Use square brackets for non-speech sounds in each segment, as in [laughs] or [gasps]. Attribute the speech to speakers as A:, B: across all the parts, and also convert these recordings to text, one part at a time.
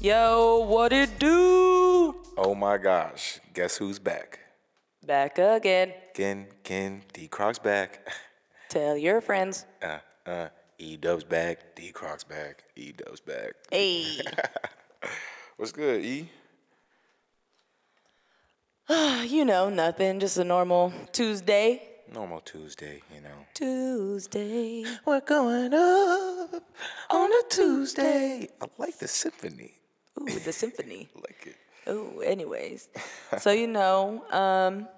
A: Yo, what it do?
B: Oh my gosh. Guess who's back?
A: Back again.
B: Ken, Ken, D Croc's back. [laughs]
A: Tell your friends.
B: Uh, uh, E Dub's back. D Croc's back. E Dub's back.
A: Hey.
B: What's good, E?
A: Uh, you know, nothing. Just a normal Tuesday.
B: Normal Tuesday, you know.
A: Tuesday.
B: We're going up on a Tuesday. I like the symphony.
A: Ooh, the symphony.
B: I like it.
A: Ooh, anyways. so, you know, um,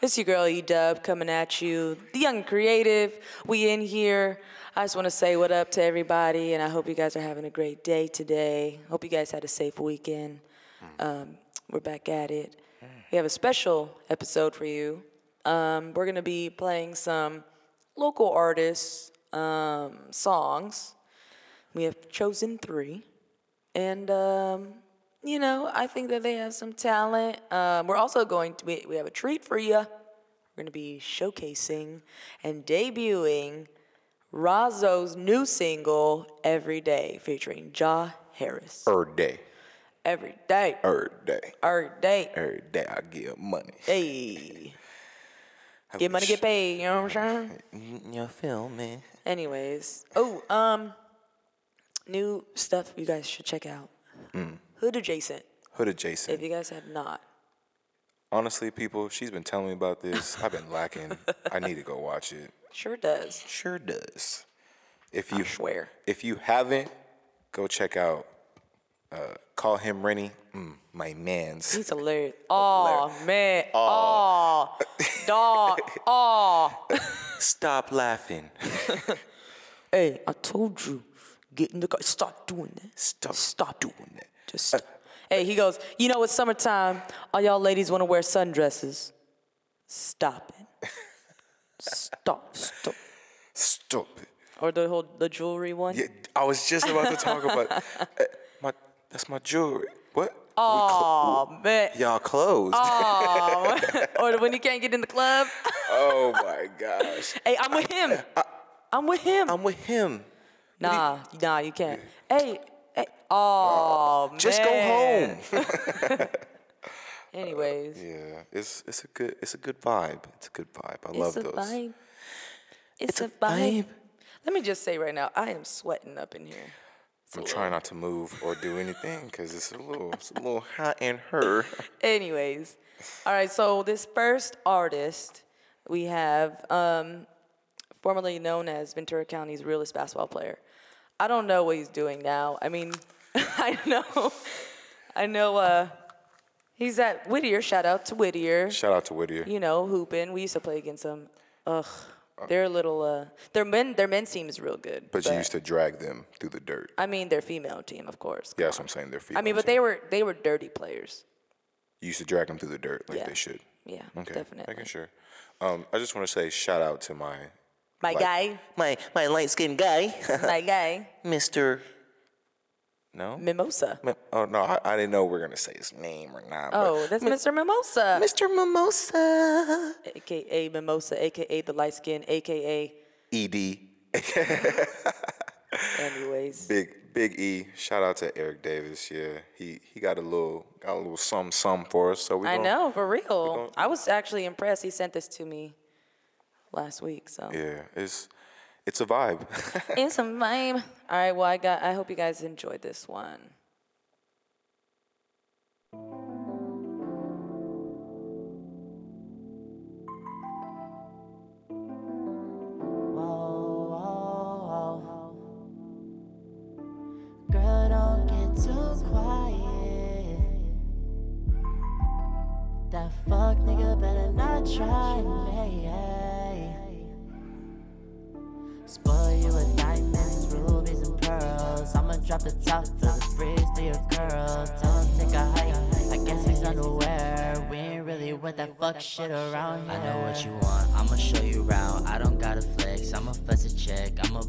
A: it's your girl E Dub coming at you, the young creative. We in here. I just want to say what up to everybody, and I hope you guys are having a great day today. Hope you guys had a safe weekend. Um, we're back at it. We have a special episode for you. Um, we're going to be playing some local artists' um, songs. We have chosen three. And, um, you know, I think that they have some talent. Um, we're also going to, we, we have a treat for you. We're going to be showcasing and debuting Razzo's new single, Every Day, featuring Ja Harris.
B: Every Er day.
A: Every day.
B: Every day.
A: Every day.
B: Every day I give money.
A: Hey. Get money, get paid. You know what I'm saying?
B: You feel me?
A: Anyways. Oh, um, new stuff you guys should check out.
B: Mm.
A: Hood Adjacent,
B: Hood adjacent.
A: if you guys have not.
B: Honestly, people, she's been telling me about this. I've been lacking. I need to go watch it.
A: Sure does.
B: Sure does. If you
A: Swear.
B: if you haven't, go check out. Uh, call him Rennie, mm, my man's.
A: He's
B: [laughs]
A: alert. Oh, man. Oh, dog. Oh.
B: Stop laughing.
A: Hey, I told you. Get in the car. Stop doing that.
B: Stop,
A: Stop
B: doing that.
A: Just stop. Hey, he goes, you know, it's summertime. All y'all ladies want to wear sundresses. Stop
B: [laughs]
A: it. Stop. Stop.
B: Stop it.
A: Or the whole the jewelry one.
B: Yeah, I was just about to
A: [laughs]
B: talk about uh, my. That's my jewelry. What? We clo-
A: Oh man.
B: y'all closed.
A: Oh. or when he can't get in the club.
B: [laughs] oh my gosh.
A: Hey, I'm with him. I'm with him.
B: I'm with him.
A: nah, nah, you can't. Hey, hey. Oh man.
B: Just go home.
A: Anyways,
B: Yeah, it's it's a good it's a good vibe. It's a good vibe. I
A: it's
B: love
A: a
B: those.
A: vibe. It's, a vibe. Let me just say right now, I am sweating up in here.
B: I'm trying not to move or do anything because it's a little it's a little hot in
A: [laughs]
B: her.
A: Anyways, all right. So this first artist we have, um, formerly known as Ventura County's realest basketball player. I don't know what he's doing now. I mean, [laughs] I know, I know. Uh, he's at Whittier. Shout out to Whittier.
B: Shout out to Whittier.
A: You know, hooping. We used to play against them. Ugh, their little uh, their men their men's team is real good.
B: But you used to drag them through the dirt.
A: I mean, their female team, of course.
B: Yeah, that's what I'm saying. They're feet.
A: I mean, but they were they were dirty players.
B: you used to drag them through the dirt like
A: Yeah.
B: they should.
A: Yeah,
B: Okay,
A: definitely.
B: making sure. Um, I just want to say shout out to my
A: My
B: like-
A: guy,
B: my my light skinned guy, [laughs]
A: my guy,
B: Mister. No.
A: Mimosa.
B: Mi- Oh no, I, I didn't know we were gonna say his name or not. but-
A: Oh, that's Mr. Mimosa,
B: Mr. Mimosa.
A: aka Mimosa, aka the light skin, aka
B: Ed.
A: anyways.
B: Big Big E. Shout out to Eric Davis. Yeah, he he got a little got a little some some for us. So we
A: I
B: gon-
A: know for real. I was actually impressed. He sent this to me last week, so
B: Yeah, it's it's a vibe.
A: it's a vibe. All right, well I got. I hope you guys enjoyed this one.
C: Girl, don't get too quiet. That fuck nigga better not try me. Spoil you with diamonds, rubies, and pearls. I'ma drop the top to the breeze to your girl. Don't take a hike. I guess he's unaware. We ain't really with that fuck shit around here.
D: I know what you want, I'ma show you round. I don't gotta flex, I'ma flex a check, I'ma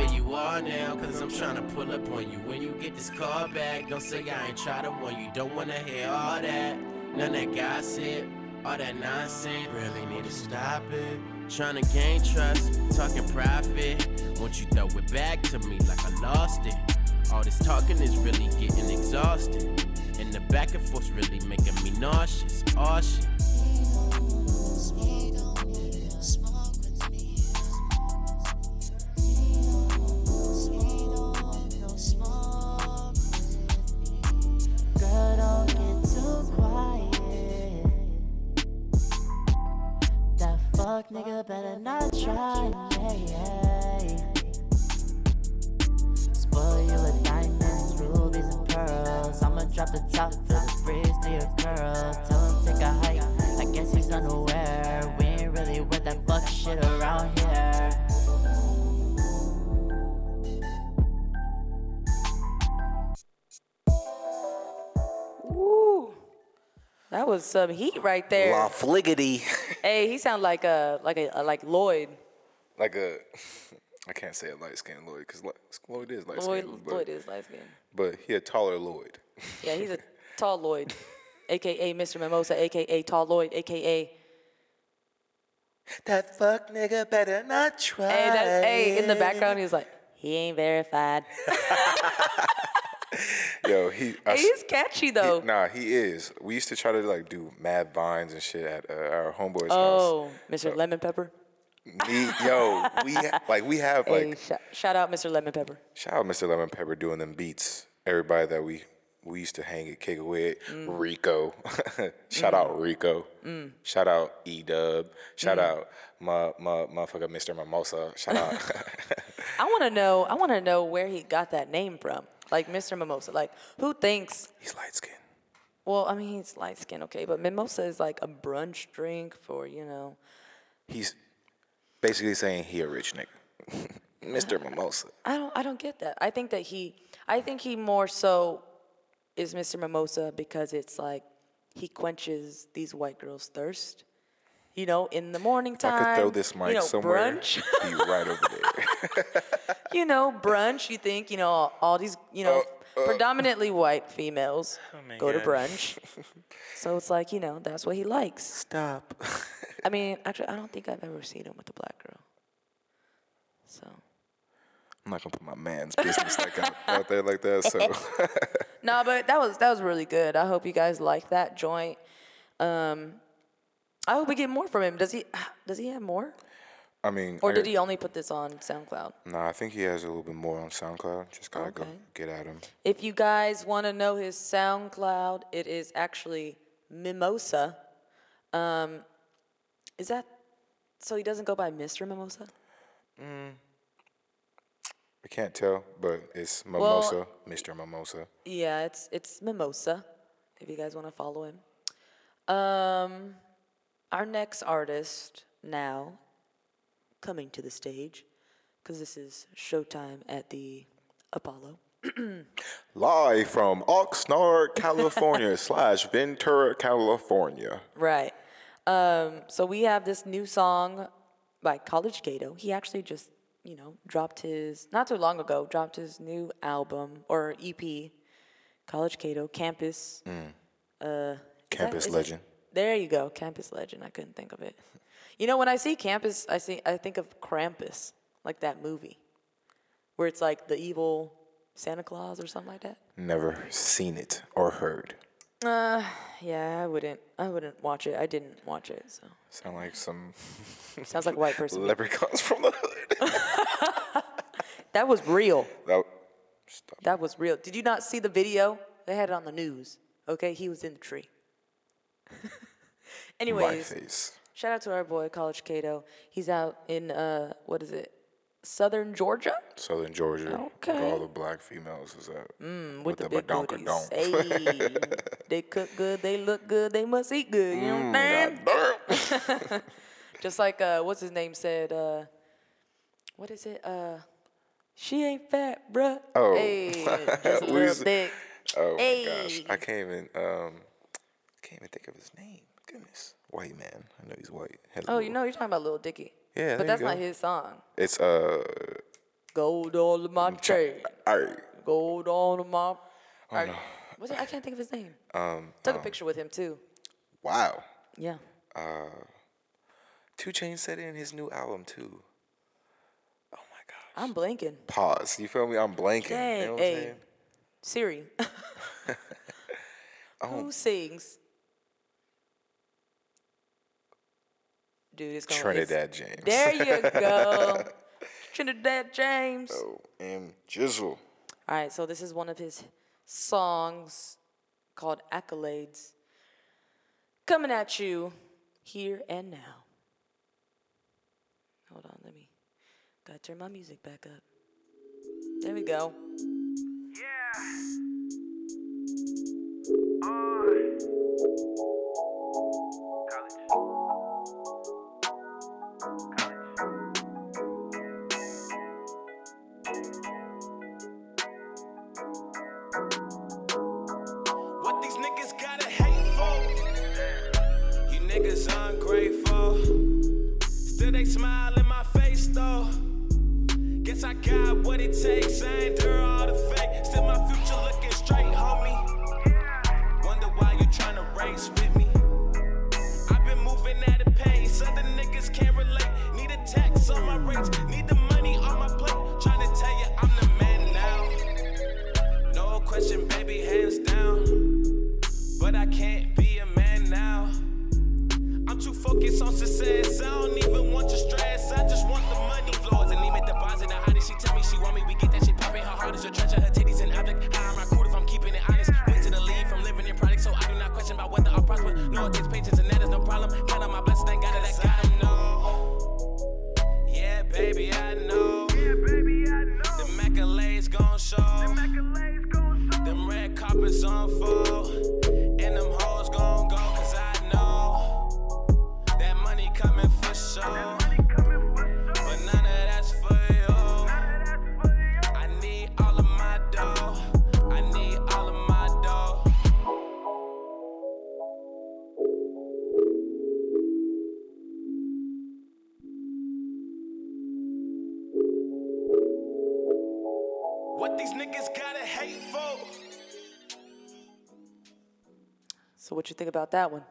D: I'm tryna pull up on you when you get this call back. Don't say I ain't try to warn you. Don't wanna hear all that. None that gossip, all that nonsense. Really need to stop it. Tryna gain trust, talking profit. Won't you throw it back to me like I lost it? All this talking is really getting exhausted. And the back and forth's really making me nauseous. Oh shit.
C: Girl, don't get too quiet. That fuck nigga better not try. Yeah, yeah. Spoil you with diamonds, rubies, and pearls. I'ma drop the top to the bridge to your girl. Tell him take a hike. I guess he's unaware. We ain't really with that fuck shit around here.
A: Woo. That was some heat right there.
B: La fliggity.
A: Hey, he sound like a like a uh, like Lloyd.
B: like a, I can't say a light skinned Lloyd because Lloyd is light
A: Lloyd,
B: skinned.
A: Lloyd is light
B: [laughs]
A: skinned.
B: But he a taller Lloyd.
A: Yeah, he's
B: [laughs]
A: a tall Lloyd, aka Mr. Mimosa, aka Tall Lloyd, aka.
B: That fuck nigga better not try.
A: Hey, that, hey, in the background, he's like, he ain't verified.
B: Yo, he. I s-
A: He's catchy though.
B: He- Nah, he is. We used to try to like do mad vines and shit at uh, our homeboy's
A: oh, Mr. Lemon Pepper.
B: house. Me, yo, we ha- like we have
A: Hey,
B: like
A: sh- shout out Mr. Lemon Pepper.
B: shout out Mr. Lemon Pepper doing them beats. Everybody that we we used to hang at Kick It with
A: Mm.
B: Rico. [laughs] shout out Rico. Shout out E Dub.
A: Mm.
B: Shout out my my motherfucker Mr. Mimosa. Shout out. [laughs]
A: I want to know. I want to know where he got that name from. Like Mr. Mimosa. Like who thinks?
B: He's light skinned.
A: Well, I mean, he's light skinned, okay, but mimosa is like a brunch drink for you know.
B: He's basically saying he a rich nigga. [laughs] Mr. Mimosa.
A: I don't. I don't get that. I think that he. I think he more so is Mr. Mimosa because it's like he quenches these white girls' thirst. You know, in the morning
B: If
A: time.
B: I could throw this mic
A: you know,
B: somewhere.
A: Brunch. [laughs]
B: Be right over there.
A: you know, brunch, you think, you know, all, all these, you know,
B: Uh, uh.
A: predominantly white
B: [laughs]
A: females
B: Oh my
A: go to
B: God. [laughs]
A: brunch. so it's like, you know, that's what he likes.
B: [laughs] Stop.
A: I mean, actually, I don't think I've ever seen him with a black girl. So,
B: I'm not gonna put my man's business like out, out there like that. So
A: [laughs] no, but that was that was really good. I hope you guys like that joint. Um, I hope we get more from him. Does he [sighs] does he have more,
B: I mean,
A: or
B: I-
A: did he only put this on SoundCloud?
B: Nah, I think he has a little bit more on SoundCloud. Just gotta go
A: Okay.
B: get at him.
A: If you guys want to know his SoundCloud, it is actually Mimosa. Um, is that so? He doesn't go by Mr. Mimosa.
B: I can't tell, but it's Mimosa, Mr. Mimosa.
A: Yeah, it's it's Mimosa. If you guys want to follow him. Um, our next artist now coming to the stage because this is showtime at the Apollo.
B: Live from Oxnard,
A: [laughs]
B: California slash Ventura, California.
A: Right. Um, so we have this new song by College Gato. He actually just, you know, dropped his not too long ago, dropped his new album or EP, College Gato, Campus. Uh, is that-
B: Campus
A: is it-
B: legend.
A: there you go, Campus Legend. I couldn't think of it. You know, when I see Campus, I see I think of Krampus, like that movie, where it's like the evil Santa Claus or something like that.
B: Never seen it or heard.
A: Uh, yeah, I wouldn't. I wouldn't watch it. I didn't watch it, so.
B: Sound like some
A: Sounds like a white person.
B: leprechauns from the hood.
A: [laughs] That was real.
B: that, stop.
A: That was real. Did you not see the video? They had it on the news. Okay, he was in the tree. [laughs]
B: My
A: Anyways,
B: face.
A: shout out to our boy College Cato. He's out in uh, what is it? Southern Georgia
B: Southern Georgia. where
A: Okay. Mm.
B: all the black females is at.
A: with,
B: With
A: the
B: the
A: big booties.
B: badonkadonk.
A: Hey, they cook good, they look good, they must eat good. You know
B: Mm,
A: what I'm saying? Just like uh, what's his name said. Uh, what is it? Uh, she ain't fat, bruh.
B: Oh.
A: hey,
B: [laughs]
A: just a
B: We
A: little
B: was-
A: thick.
B: Oh my gosh,
A: Ayy.
B: I can't even um, can't even think of his name. Goodness, white man. I know he's white. Has a
A: Oh, you
B: little-
A: know you're talking about Lil Dicky.
B: Yeah, there
A: but
B: you
A: that's not
B: go.
A: his song.
B: it's uh,
A: Gold all of my trade.
B: All right.
A: Gold all of my.
B: Oh,
A: Or- what's it- I can't think of his name. Um, Took a picture with him too.
B: Wow.
A: Yeah.
B: Two Chainz said it in his new album too. Oh my god.
A: I'm blanking.
B: Pause. You feel me? I'm blanking. you
A: Dang.
B: know what I'm
A: Hey,
B: saying? [laughs]
A: Siri.
B: Oh.
A: Who sings? Dude, it's going
B: Trinidad James. [laughs]
A: There you go. Trinidad James.
B: Oh, and Jizzle.
A: All right, so this is one of his songs called Accolades. Coming at you here and now. Hold on, let me. Gotta turn my music back up. There we go.
E: What these niggas gotta hate for? You niggas ungrateful. Still they smile in my face though. Guess I got what it takes. I ain't there all the fake. Still my future looking straight, homie. Wonder why you tryna race with me. I've been moving at a pace. Other niggas can't relate. Need a tax on my rates. Need the money on my plate. Tryna tell you I'm the man now. No question, baby, hands down. But I can't be a man now. I'm too focused on success. I don't even want your stress. I just want the money. Floors and limit deposit. Now, how did she tell me she want me? We get that shit poppin'. Her heart is a treasure. Her titties an object. How am I cool if I'm keeping it honest? Went to the lead from living in product, so I do not question about whether I'll prosper. No, it takes patience, and that is no problem. Count on my blessings, thank God that I got 'em. No. Yeah, baby, I know. Yeah, baby, I know. The accolades gon' show. Them red carpets unfold, and them hoes gon' go. Cause I know that money coming for sure. But none of that's for you. I need all of my dough. I need all of my dough. What these niggas gotta hate for?
A: So, what you think about that one?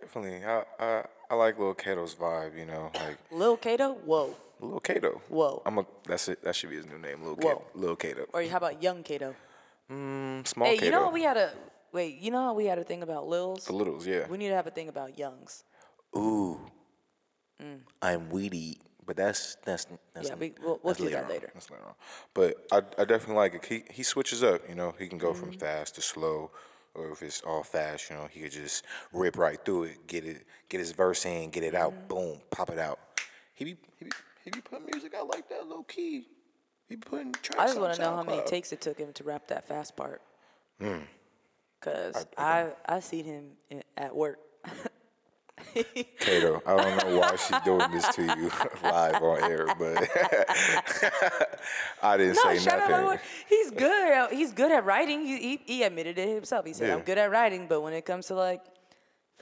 B: Definitely. I, I I like Lil Kato's vibe, you know, like
A: Lil Kato? Whoa.
B: Lil Kato.
A: Whoa.
B: I'm a that's it. That should be his new name, Lil
A: Whoa.
B: Kato. Lil Kato.
A: Or how about Young Kato?
B: Mm, small
A: Hey,
B: Kato.
A: you know how we had a. Wait, you know how we had a thing about Lils?
B: the littles, yeah.
A: We need to have a thing about Youngs.
B: Ooh. I'm weedy, but that's that's that's
A: Yeah, we- we'll- we'll
B: that's
A: do that
B: on.
A: later.
B: That's later on. But I I definitely like it. He he switches up, you know. He can go
A: Mm-hmm.
B: from fast to slow, or if it's all fast, you know, he could just rip right through it, get it, get his verse in, get it
A: Mm-hmm.
B: out, boom, pop it out. He be he be, he be putting music out like that low key. He be putting tracks.
A: I just
B: want
A: want to know how many takes it took him to rap that fast part.
B: Hmm.
A: Because I, I, seen him in, at work.
B: Kato, I don't know why she's doing this to
A: [laughs]
B: you [laughs] live on air, but [laughs] I didn't
A: No,
B: say
A: shout out at
B: nothing.
A: work. He's good. at- He's good at writing. He, he, he admitted it himself. He said,
B: Yeah.
A: "I'm good at writing, but when it comes to like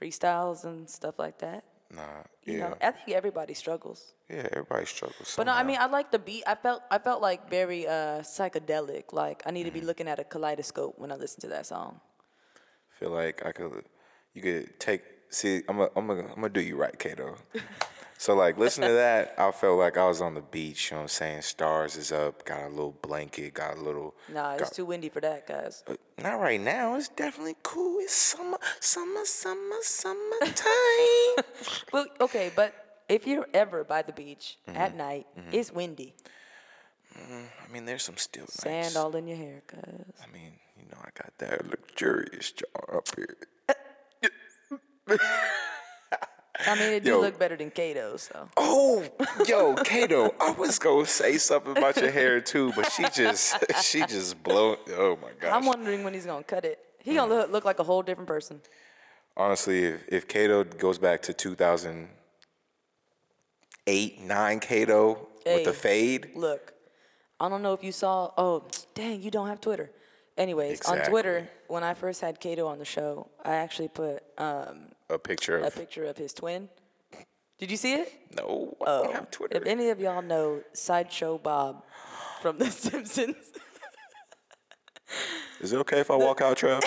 A: freestyles and stuff like that,
B: Nah, yeah.
A: you know, I think everybody struggles."
B: Yeah, everybody struggles.
A: But no, I
B: somehow.
A: mean, I like the beat. I felt I felt like very uh, psychedelic. Like I need to be
B: Mm-hmm.
A: looking at a kaleidoscope when I listen to that song.
B: feel like I could, you could take. See, I'm gonna, I'm gonna, I'm gonna do you
A: [laughs]
B: right, Kato. so like, listen to that. I felt like I was on the beach. You know what I'm saying? Stars is up. Got a little blanket. Got a little.
A: Nah, it's
B: got-
A: too windy for that, guys.
B: Not right now. It's definitely cool. It's summer, summer, summer,
A: [laughs]
B: summertime.
A: Well, okay, but if you're ever by the beach
B: Mm-hmm.
A: at night, it's windy.
B: I mean, there's some still nights.
A: Sand all in your hair, cuz.
B: I mean, you know, I got that luxurious jar up here.
A: I mean, it do
B: Yo.
A: look better than Kato's, so.
B: Oh, yo, Kato, I was gonna say something about your hair too, but she just, [laughs] she just blow. Oh my gosh.
A: I'm wondering when he's gonna cut it. He gonna
B: Mm-hmm.
A: look, look like a whole different person.
B: honestly, if, if Cato goes back to 2008, 9 Cato with the
A: Hey.
B: fade,
A: Look, I don't know if you saw. Oh, dang, you don't have Twitter. Anyways, on Twitter,
B: Exactly.
A: when I first had Kato on the show, I actually put um,
B: a picture
A: a
B: of
A: picture of his twin, Did you see it?
B: No, I don't have Twitter.
A: Oh. If any of y'all know Sideshow Bob from The [laughs] Simpsons,
B: Is it okay if I walk
A: [laughs]
B: out, Trev?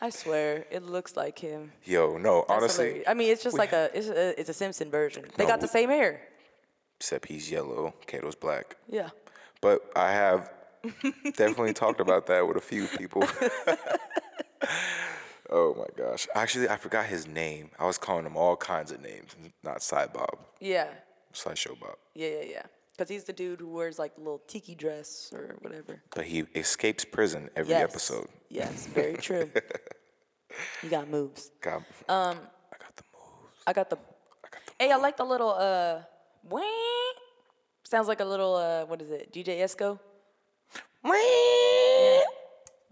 A: I swear it looks like him.
B: Yo, no,
A: That's
B: honestly,
A: hilarious. I mean it's just like a it's a it's a Simpson version. They got
B: No,
A: the
B: we-
A: same hair.
B: except he's yellow, Kato's black.
A: Yeah.
B: But I have definitely talked about that with a few people. [laughs] oh my gosh. Actually, I forgot his name. I was calling him all kinds of names, not Side Bob,
A: Yeah.
B: Sideshow Bob.
A: Yeah, yeah, yeah. Because he's the dude who wears like a little tiki dress or whatever.
B: But he escapes prison every
A: yes.
B: episode.
A: Yes, very
B: [laughs]
A: true. you got moves.
B: Got, um, I got the moves.
A: I got the.
B: I got the
A: Hey, I like the little uh. Wing. Sounds like a little uh. What is it? DJ Esco. Yeah.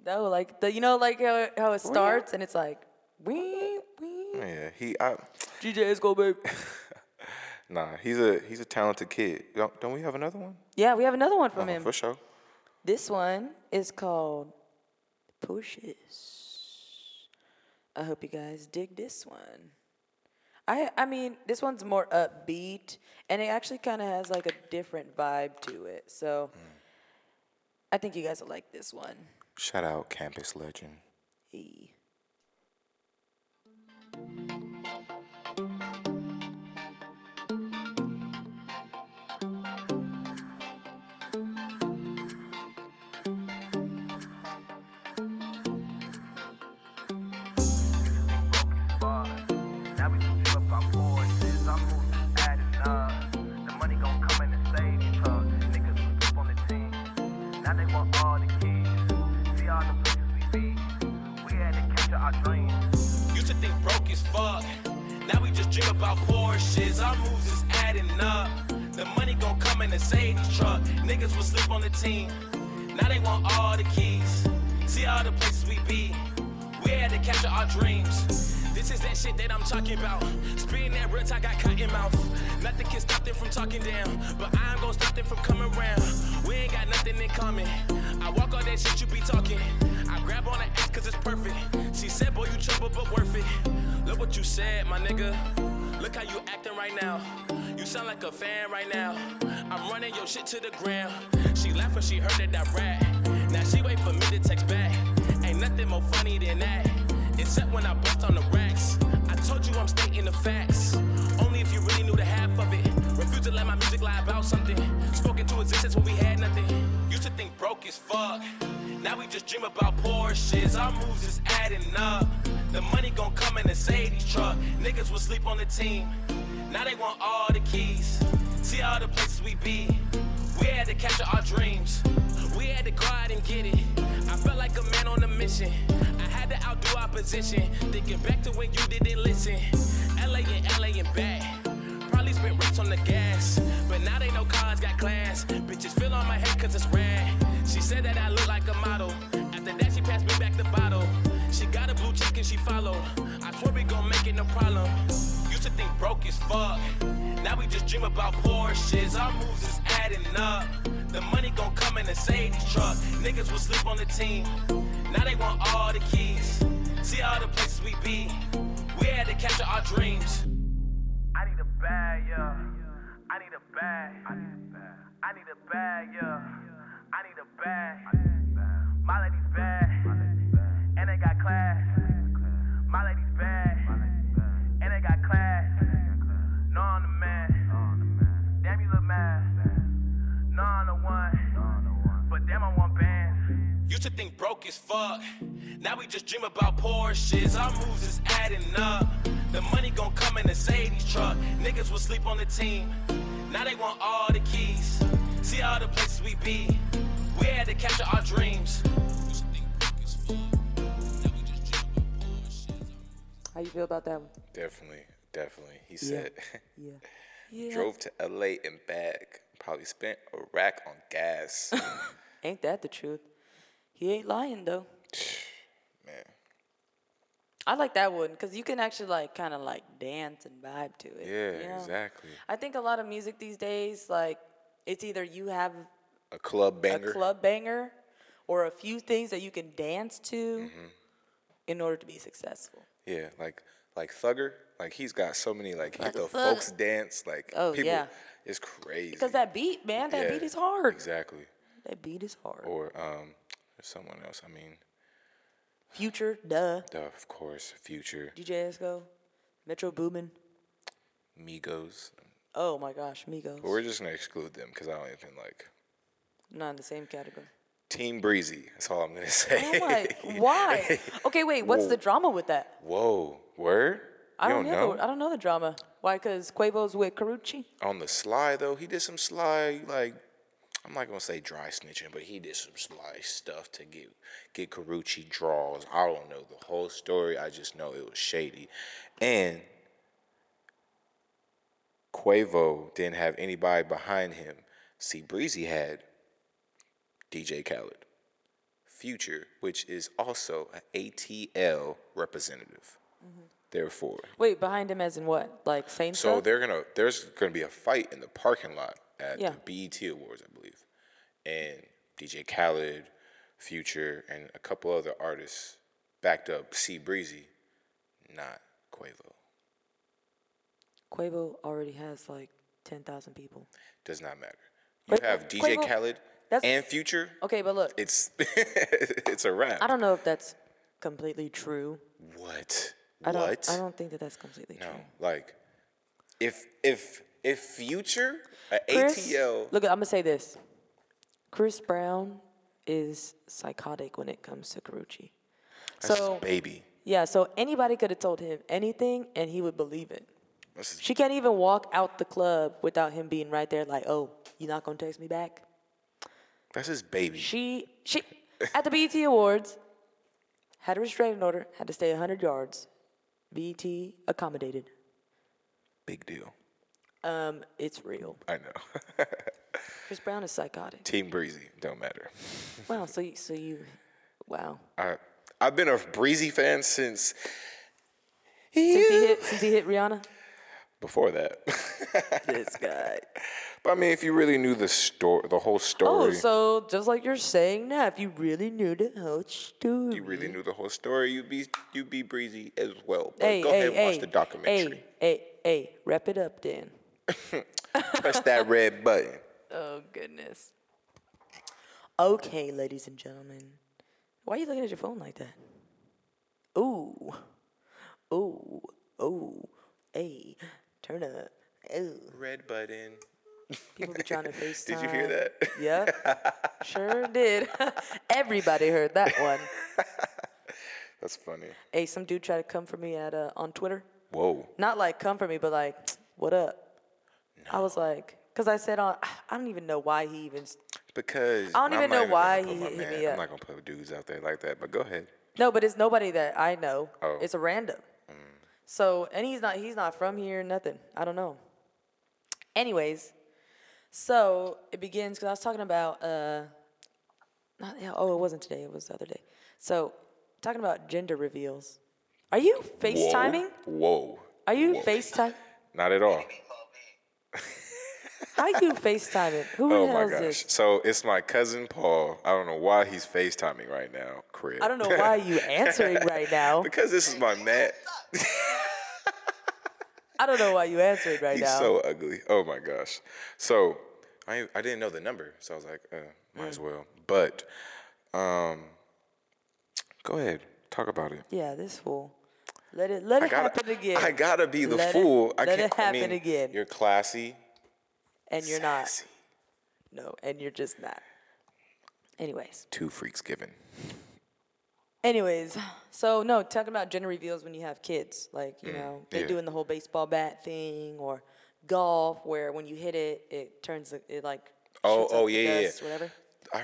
A: No, like the you know like how, how it starts and it's like wing wing.
B: Yeah, he. I,
A: DJ Esco, babe.
B: nah, he's a he's a talented kid. Don't, don't we have another one?
A: yeah, we have another one from
B: Oh,
A: him.
B: for sure.
A: This one is called Pushes. I hope you guys dig this one. I I mean, this one's more upbeat and it actually kind of has like a different vibe to it. So I think you guys will like this one.
B: Shout out Campus Legend.
A: E.
F: Now we can give up our forces. I'm moving at enough. The money gon' come in and save us. Niggas look up on the team. Now they want all the keys. See all the places we be. We had to capture our dreams.
E: Used to think broke as fuck. Now we just dream about Porsches. Our moves is adding up. The money gon' come in a Sadie's truck. Niggas will sleep on the team. Now they want all the keys. See all the places we be. We had to capture our dreams. This is that shit that I'm talking about. Spitting that real talk, I cut in mouth. Nothing can stop them from talking down. But I ain't gon' stop them from coming round. We ain't got nothing in common. I walk on that shit you be talking. I grab on her ass cause it's perfect. She said, boy, you trouble but worth it. Look what you said, my nigga. Look how you acting right now. You sound like a fan right now. I'm running your shit to the ground. She laughed when she heard that I rap. Now she wait for me to text back. Ain't nothing more funny than that. Except when I bust on the racks. I told you I'm stating the facts. Only if you really knew the half of it. Refuse to let my music lie about something. Spoken to existence when we had nothing. Used to think broke as fuck. Now we just dream about Porsches. Our moves is adding up. The money gon' come in a Sadie's truck. Niggas will sleep on the team. Now they want all the keys. See all the places we be. We had to capture our dreams. We had to go out and get it. I felt like a man on a mission. I had to outdo opposition. Thinking back to when you didn't listen. LA and LA and back. Probably spent racks on the gas, but now they know cars got class. Bitches feel on my head cause it's red. She said that I look like a model. After that, she passed me back the bottle. She got a blue check and she followed. I swear we gon' make it no problem. Used to think broke as fuck. Now we just dream about Porsches. Our moves is adding up. The money gon' come in a Sadie's truck. Niggas will sleep on the team. Now they want all the keys. See all the places we be. We had to capture our dreams.
F: I need a bag, yeah. I need a bag. I need a bag, yeah. I need a bag. My lady's bad, and they got class. My lady's bad, and they got class. No, I'm the man. Damn, you look mad. No, I'm the one. But damn, I want bands.
E: Used to think broke as fuck. Now we just dream about Porsches. Our moves is adding up. The money gon' come in a Sadie's truck. Niggas will sleep on the team. Now they want all the keys. See all the places we be. We had to capture our dreams. Used to think broke as fuck. Now we just dream about Porsches.
A: How you feel about that one?
B: Definitely, definitely. He said,
A: Yeah. Yeah.
B: drove to LA and back. Probably spent a rack on gas.
A: Ain't that the truth? He ain't lying though.
B: [sighs] Man,
A: I like that one because you can actually like kind of like dance and vibe to it.
B: yeah,
A: you know?
B: exactly.
A: I think a lot of music these days, like it's either you have
B: A club banger.
A: a club banger or a
B: Mm-hmm.
A: few things that you can dance to in order to be successful.
B: Yeah, like like Thugger, like he's got so many like he
A: Like
B: the
A: Thugger.
B: folks dance, like
A: Oh,
B: people,
A: yeah.
B: it's crazy.
A: Because that beat, man, that
B: Yeah,
A: beat is hard.
B: Exactly.
A: That beat is hard.
B: Or um, there's someone else. I mean,
A: Future, duh.
B: duh, of course, Future,
A: DJ Esco, Metro Boomin.
B: Migos.
A: Oh my gosh, Migos.
B: But we're just gonna exclude them because I don't even like
A: Not in the same
B: [laughs]
A: category.
B: Team Breezy. That's all I'm gonna [laughs] say.
A: I'm like, why? Okay, wait. What's the drama with that?
B: Whoa, word.
A: I
B: You
A: don't know. The, I don't know the drama. Why? Because Quavo's with Carucci.
B: on the sly though. He did some sly like I'm not gonna say dry snitching, but he did some sly stuff to get get Carucci draws. I don't know the whole story. I just know it was shady, and Quavo didn't have anybody behind him. See, Breezy had DJ Khaled, Future, which is also an ATL representative. Therefore,
A: Wait, behind him as in what? Like same
B: so
A: stuff?
B: they're gonna there's gonna be a fight in the parking lot at
A: Yeah.
B: the BET Awards, I believe, and DJ Khaled, Future, and a couple other artists backed up C Breezy, not Quavo.
A: Quavo already has like ten thousand people.
B: Does not matter. You
A: Quavo-
B: have DJ
A: Quavo-
B: Khaled
A: that's-
B: and Future.
A: Okay, but look,
B: It's [laughs] it's a wrap.
A: I don't know if that's completely true.
B: what?
A: I don't.
B: what?
A: I don't think that that's completely
B: no.
A: true.
B: Like, if if if Future, a
A: Chris,
B: ATL,
A: Look, I'm gonna say this. Chris Brown is psychotic when it comes to Carucci.
B: that's his
A: so
B: baby.
A: yeah, so anybody could have told him anything and he would believe it.
B: That's his
A: She can't even walk out the club without him being right there, like, "Oh, you not gonna text me back?"
B: That's his baby.
A: She she at the BET Awards had a restraining order, had to stay 100 yards. BET accommodated.
B: Big deal.
A: Um, it's real.
B: I know. [laughs]
A: Chris Brown is psychotic.
B: Team Breezy don't matter.
A: Wow. So you, so you, wow.
B: I I've been a Breezy fan since
A: Since he hit since he hit Rihanna.
B: before that. [laughs]
A: this guy.
B: but I mean, if you really knew the story, the whole
A: Oh,
B: story,
A: so just like you're saying now, if you really knew the whole story.
B: you really knew the whole story, you'd be you'd be Breezy as well. But
A: hey,
B: go
A: hey,
B: ahead and
A: hey,
B: watch the documentary.
A: Hey, hey, hey, wrap it up then. [laughs]
B: Press that red button.
A: Oh goodness. Okay, ladies and gentlemen. Why are you looking at your phone like that? Ooh. Ooh. Ooh. Hey. Turn up. Ooh.
B: Red button.
A: People be trying to FaceTime.
B: [laughs] Did you hear that? [laughs]
A: Yep. sure did. [laughs] Everybody heard that one.
B: That's funny.
A: Hey, some dude tried to come for me at uh, on Twitter.
B: Whoa.
A: Not like come for me, but like, what up? I was like, because I said on, I don't even know why he even s-
B: Because
A: I don't
B: I'm
A: even
B: not
A: know why
B: gonna
A: he
B: put
A: hit
B: my
A: me
B: man-
A: up.
B: I'm not gonna put dudes out there like that. But go ahead.
A: No, but it's nobody that I know.
B: Oh.
A: It's a random. So and he's not he's not from here, nothing. I don't know. Anyways, so it begins because I was talking about uh not yeah, oh it wasn't today, it was the other day. So talking about gender reveals. Are you
B: Whoa.
A: FaceTiming?
B: Whoa.
A: Are you
B: Whoa.
A: FaceTime?
B: Not at all.
A: How
B: [laughs]
A: you FaceTiming? Who
B: Oh
A: the
B: my
A: hell
B: gosh.
A: is this?
B: So it's my cousin Paul. I don't know why he's FaceTiming right now, Chris.
A: I don't know why you answering right
B: [laughs]
A: now.
B: Because this is my man.
A: I don't know why you answering right
B: He's
A: now.
B: so ugly. Oh my gosh. So I I didn't know the number, so I was like, uh, might
A: Mm.
B: as well. But um go ahead. Talk about it.
A: yeah, this fool. Let it let
B: I
A: it happen
B: gotta,
A: again.
B: I gotta be the
A: Let it-
B: fool. I
A: let
B: can't,
A: it happen
B: I mean,
A: again.
B: You're classy.
A: and you're not.
B: sassy.
A: No, and you're just not. Anyways,
B: Two freaks given.
A: anyways, so no, talking about gender reveals when you have kids, like you know they're
B: Mm, yeah.
A: doing the whole baseball bat thing or golf, where when you hit it, it turns the- it like
B: Oh,
A: shoots
B: oh,
A: up the
B: yeah, yeah, yeah.
A: dust, whatever.
B: I,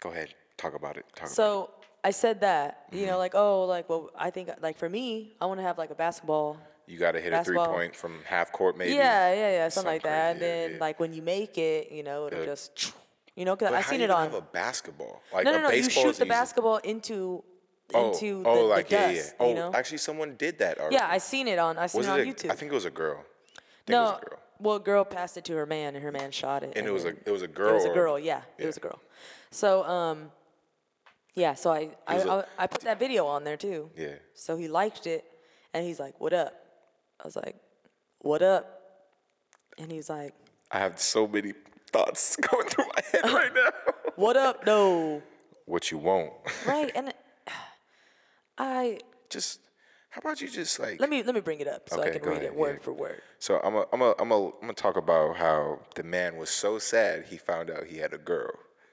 B: go ahead. Talk about it. Talk about
A: So I said that, you
B: Mm-hmm.
A: know, like oh, like well, I think like for me, I want to have like a basketball
B: it. You gotta hit a three
A: basketball.
B: point from half court, maybe.
A: Yeah, yeah, yeah, something
B: Something
A: like that. And
B: crazy, yeah,
A: then
B: yeah.
A: like when you make it, you know, it'll
B: Yeah.
A: just, you know, 'cause
B: But
A: I've
B: how
A: seen
B: you
A: it
B: gonna
A: on.
B: have a basketball. Like
A: no,
B: a
A: no, no. You
B: baseball
A: shoot
B: is
A: the
B: easy.
A: basketball into
B: Oh,
A: into the,
B: oh,
A: the
B: like yeah, yeah.
A: dust.
B: Oh,
A: you know?
B: actually, someone did that already.
A: yeah, I seen it on. I seen
B: was
A: it on
B: it a-
A: YouTube.
B: I think it was a girl. I think
A: no,
B: it was a girl.
A: well, a girl passed it to her man, and her man shot it.
B: And it was a
A: then-
B: it was a
A: It
B: girl.
A: was a
B: or-
A: girl. Yeah, it was a girl. So um, yeah. So I I
B: was
A: I
B: a-
A: I put that video on there too.
B: Yeah.
A: So he liked it, And he's like, What up? I was like, What up? And he's like,
B: I have so many thoughts [laughs] going through my
A: [laughs]
B: head right now.
A: What up, though?
B: what you want?
A: right? And [sighs] I
B: Just how about you just like
A: let me let me bring it up so I
B: Okay,
A: can
B: go
A: read
B: ahead,
A: it word
B: yeah.
A: for word.
B: So I'm a, I'm a, I'm a, I'm gonna talk about how the man was so sad he found out he had a girl.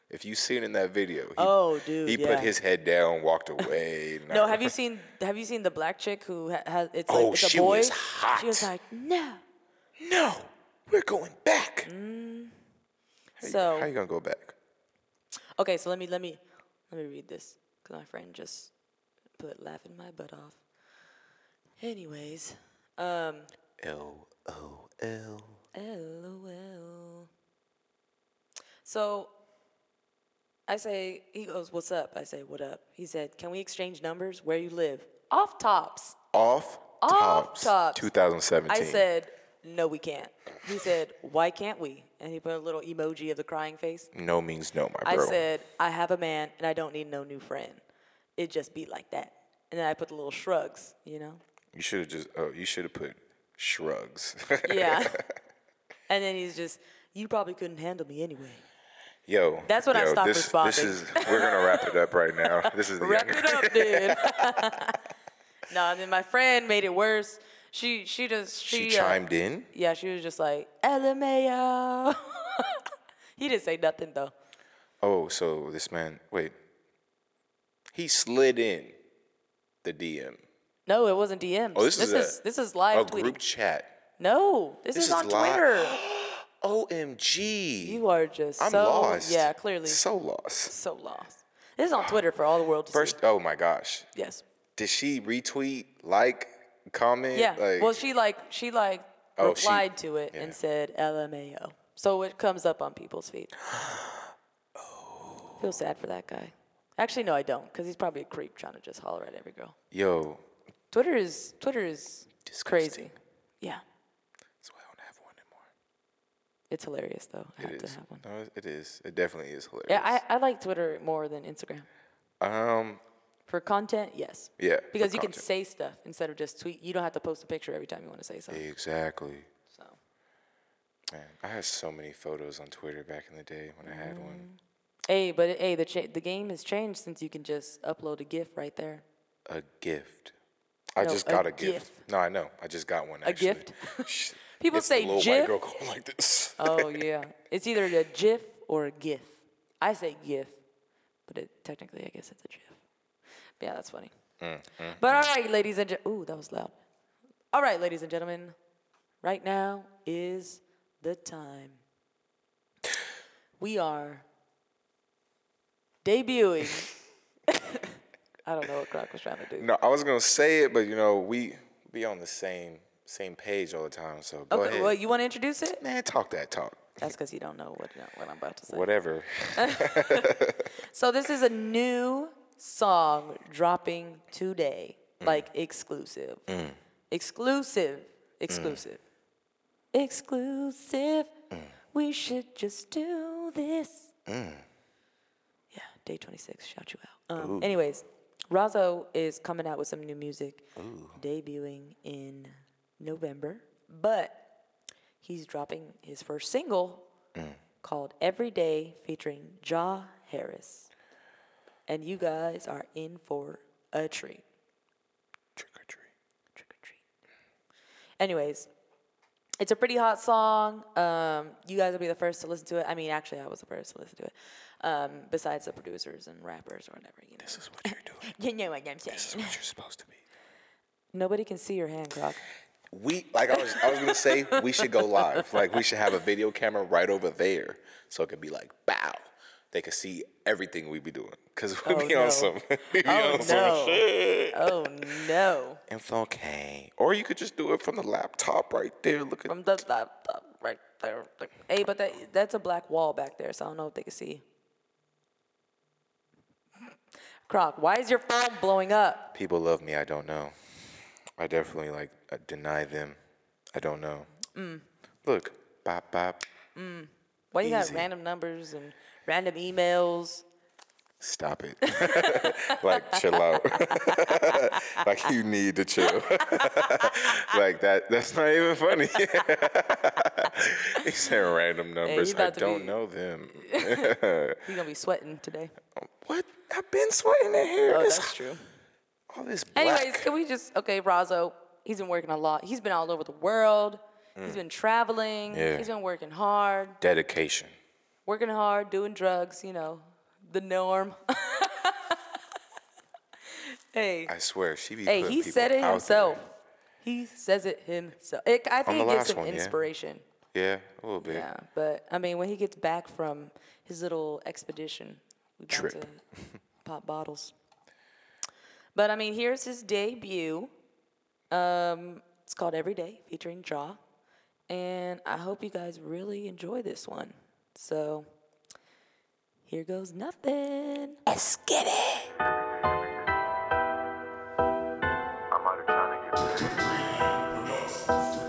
B: If you seen in that video, he,
A: Oh, dude,
B: he
A: yeah.
B: put his head down, walked away. and
A: No,
B: I-
A: have you seen have you seen the black chick who ha- has it's
B: Oh,
A: like it's a
B: she
A: boy?
B: was hot.
A: She was like, no.
B: [laughs] No, we're going back.
A: So
B: how you gonna go back?
A: Okay, so let me let me let me read this because my friend just put laughing my butt off. Anyways, um,
B: L O L.
A: lol. So I say he goes, "What's up?" I say, "What up?" He said, "Can we exchange numbers? Where you live?" Off tops.
B: Off,
A: Off
B: tops,
A: Tops.
B: 2017.
A: I said, "No, we can't." He said, "Why can't we?" And he put a little emoji of the crying face.
B: no means no, my
A: I
B: bro.
A: said, I have a man and I don't need no new friend. It just be like that. And then I put the little shrugs, you know?
B: you should have just oh, you should have put shrugs.
A: Yeah. and then he's just, you probably couldn't handle me anyway.
B: [laughs] yo,
A: That's when I
B: yo,
A: stopped
B: this,
A: responding.
B: This is we're gonna wrap it up right now. [laughs] This is the
A: Wrap
B: young-
A: it up, [laughs]
B: [laughs]
A: dude. no, and then my friend made it worse. She she just she,
B: She
A: uh,
B: chimed in.
A: Yeah, she was just like, LMAO. [laughs] he didn't say nothing though.
B: Oh, so this man, wait. He slid in the DM.
A: No, it wasn't DMs.
B: Oh, this, is,
A: is
B: a,
A: this is
B: a
A: live tweeting.
B: group chat.
A: No, this,
B: This
A: is,
B: is
A: on
B: live.
A: Twitter.
B: OMG.
A: you are just
B: I'm
A: so
B: lost.
A: yeah, clearly.
B: So lost.
A: so lost. This is on Twitter for all the world to
B: First, oh my gosh.
A: see. Yes.
B: Did she retweet, like, comment?
A: Yeah.
B: Like,
A: well, she like she like
B: Oh, she-
A: replied to it
B: yeah.
A: and said LMAO. So it comes up on people's feed.
B: [gasps]
A: Feel sad for that guy. Actually, no, I don't, because he's probably a creep trying to just holler at every girl.
B: yo,
A: Twitter is Twitter is crazy. Yeah,
B: that's why I don't have one anymore.
A: it's hilarious though. I have
B: It
A: to
B: is.
A: have one.
B: No, it is. It definitely is hilarious.
A: Yeah, I, I like Twitter more than Instagram
B: um,
A: for content. Yes.
B: Yeah, for
A: Because you can
B: content.
A: say stuff instead of just tweet. You don't have to post a picture every time you want to say something.
B: exactly.
A: So.
B: Man, I had so many photos on Twitter back in the day when I had one.
A: Mm. Hey, but hey, the cha- the game has changed since you can just upload a GIF right there.
B: a gift. I
A: No,
B: just
A: a
B: got a gift.
A: gif.
B: No, I know. I just got one. Actually. [laughs]
A: gift?
B: Sh-
A: [laughs] People
B: it's
A: say
B: the little
A: gif.
B: white girl going like this. [laughs]
A: Oh yeah, it's either a GIF or a GIF. I say GIF, but it technically I guess it's a GIF. But yeah, that's funny.
B: Mm,
A: but all right, ladies and gen- ooh, that was loud. All right, ladies and gentlemen, right now is the time. We are debuting. [laughs] I don't know what Croc was trying to do.
B: no, I was gonna say it, but you know we be on the same same page all the time. So go
A: Okay,
B: ahead,
A: well, you want to introduce it?
B: man. Talk that talk.
A: That's because you don't know what, what I'm about to say.
B: Whatever.
A: So this is a new song dropping today, like exclusive, exclusive, exclusive, exclusive. We should just do this. Yeah, day 26, shout you out. Um, anyways, Razzo is coming out with some new music, debuting in November, but he's dropping his first single
B: Mm.
A: called Every Day featuring Ja Harris. And you guys are in for a treat.
B: Trick or treat.
A: Trick or treat. Anyways, it's a pretty hot song. Um, you guys will be the first to listen to it. I mean, actually, I was the first to listen to it, um, besides the producers and rappers or whatever. You know,
B: This is what you're doing.
A: you know what I'm
B: This is
A: saying.
B: what you're supposed to be.
A: Nobody can see your hand, Croc.
B: We like I was I was gonna say we should go live. Like we should have a video camera right over there, so it could be like bow. They could see everything we be doing, cause we
A: Oh,
B: be
A: no.
B: on some [laughs] we be
A: Oh,
B: on some
A: no.
B: shit.
A: Oh no!
B: It's okay. Or you could just do it from the laptop right there. Look at
A: From the laptop right there. Hey, but that that's a black wall back there, so I don't know if they can see. Croc, why is your phone blowing up?
B: people love me. I don't know. I definitely like I deny them. I don't know.
A: Mm.
B: Look, bop bop.
A: Why you got
B: Easy.
A: random numbers and random emails?
B: stop it.
A: [laughs]
B: [laughs] like, chill out. [laughs] like, you need to chill. [laughs] like, that. that's not even funny. [laughs] He's saying random numbers. I
A: about to
B: don't
A: be-
B: know them.
A: [laughs] You're gonna be sweating today.
B: what? I've been sweating in here.
A: Oh,
B: It's
A: that's true.
B: all this black.
A: Anyways, can we just okay, Razo? He's been working a lot. He's been all over the world. He's been traveling.
B: Yeah.
A: He's been working hard,
B: Dedication.
A: working hard, doing drugs. You know, the norm. [laughs] hey,
B: I swear, she be
A: hey,
B: putting
A: he
B: people
A: said it
B: out
A: himself. He says it himself. It, I think
B: the
A: it gives
B: last
A: him
B: one, yeah.
A: inspiration.
B: there. Yeah, a little bit.
A: Yeah, but I mean, when he gets back from his little expedition, we got
B: Trip.
A: to pop bottles. But I mean, here's his debut. Um, it's called Every Day, featuring Jaw, and I hope you guys really enjoy this one. So, here goes nothing. Let's get it.
G: I'm out here trying to get paid. Be grinding for days.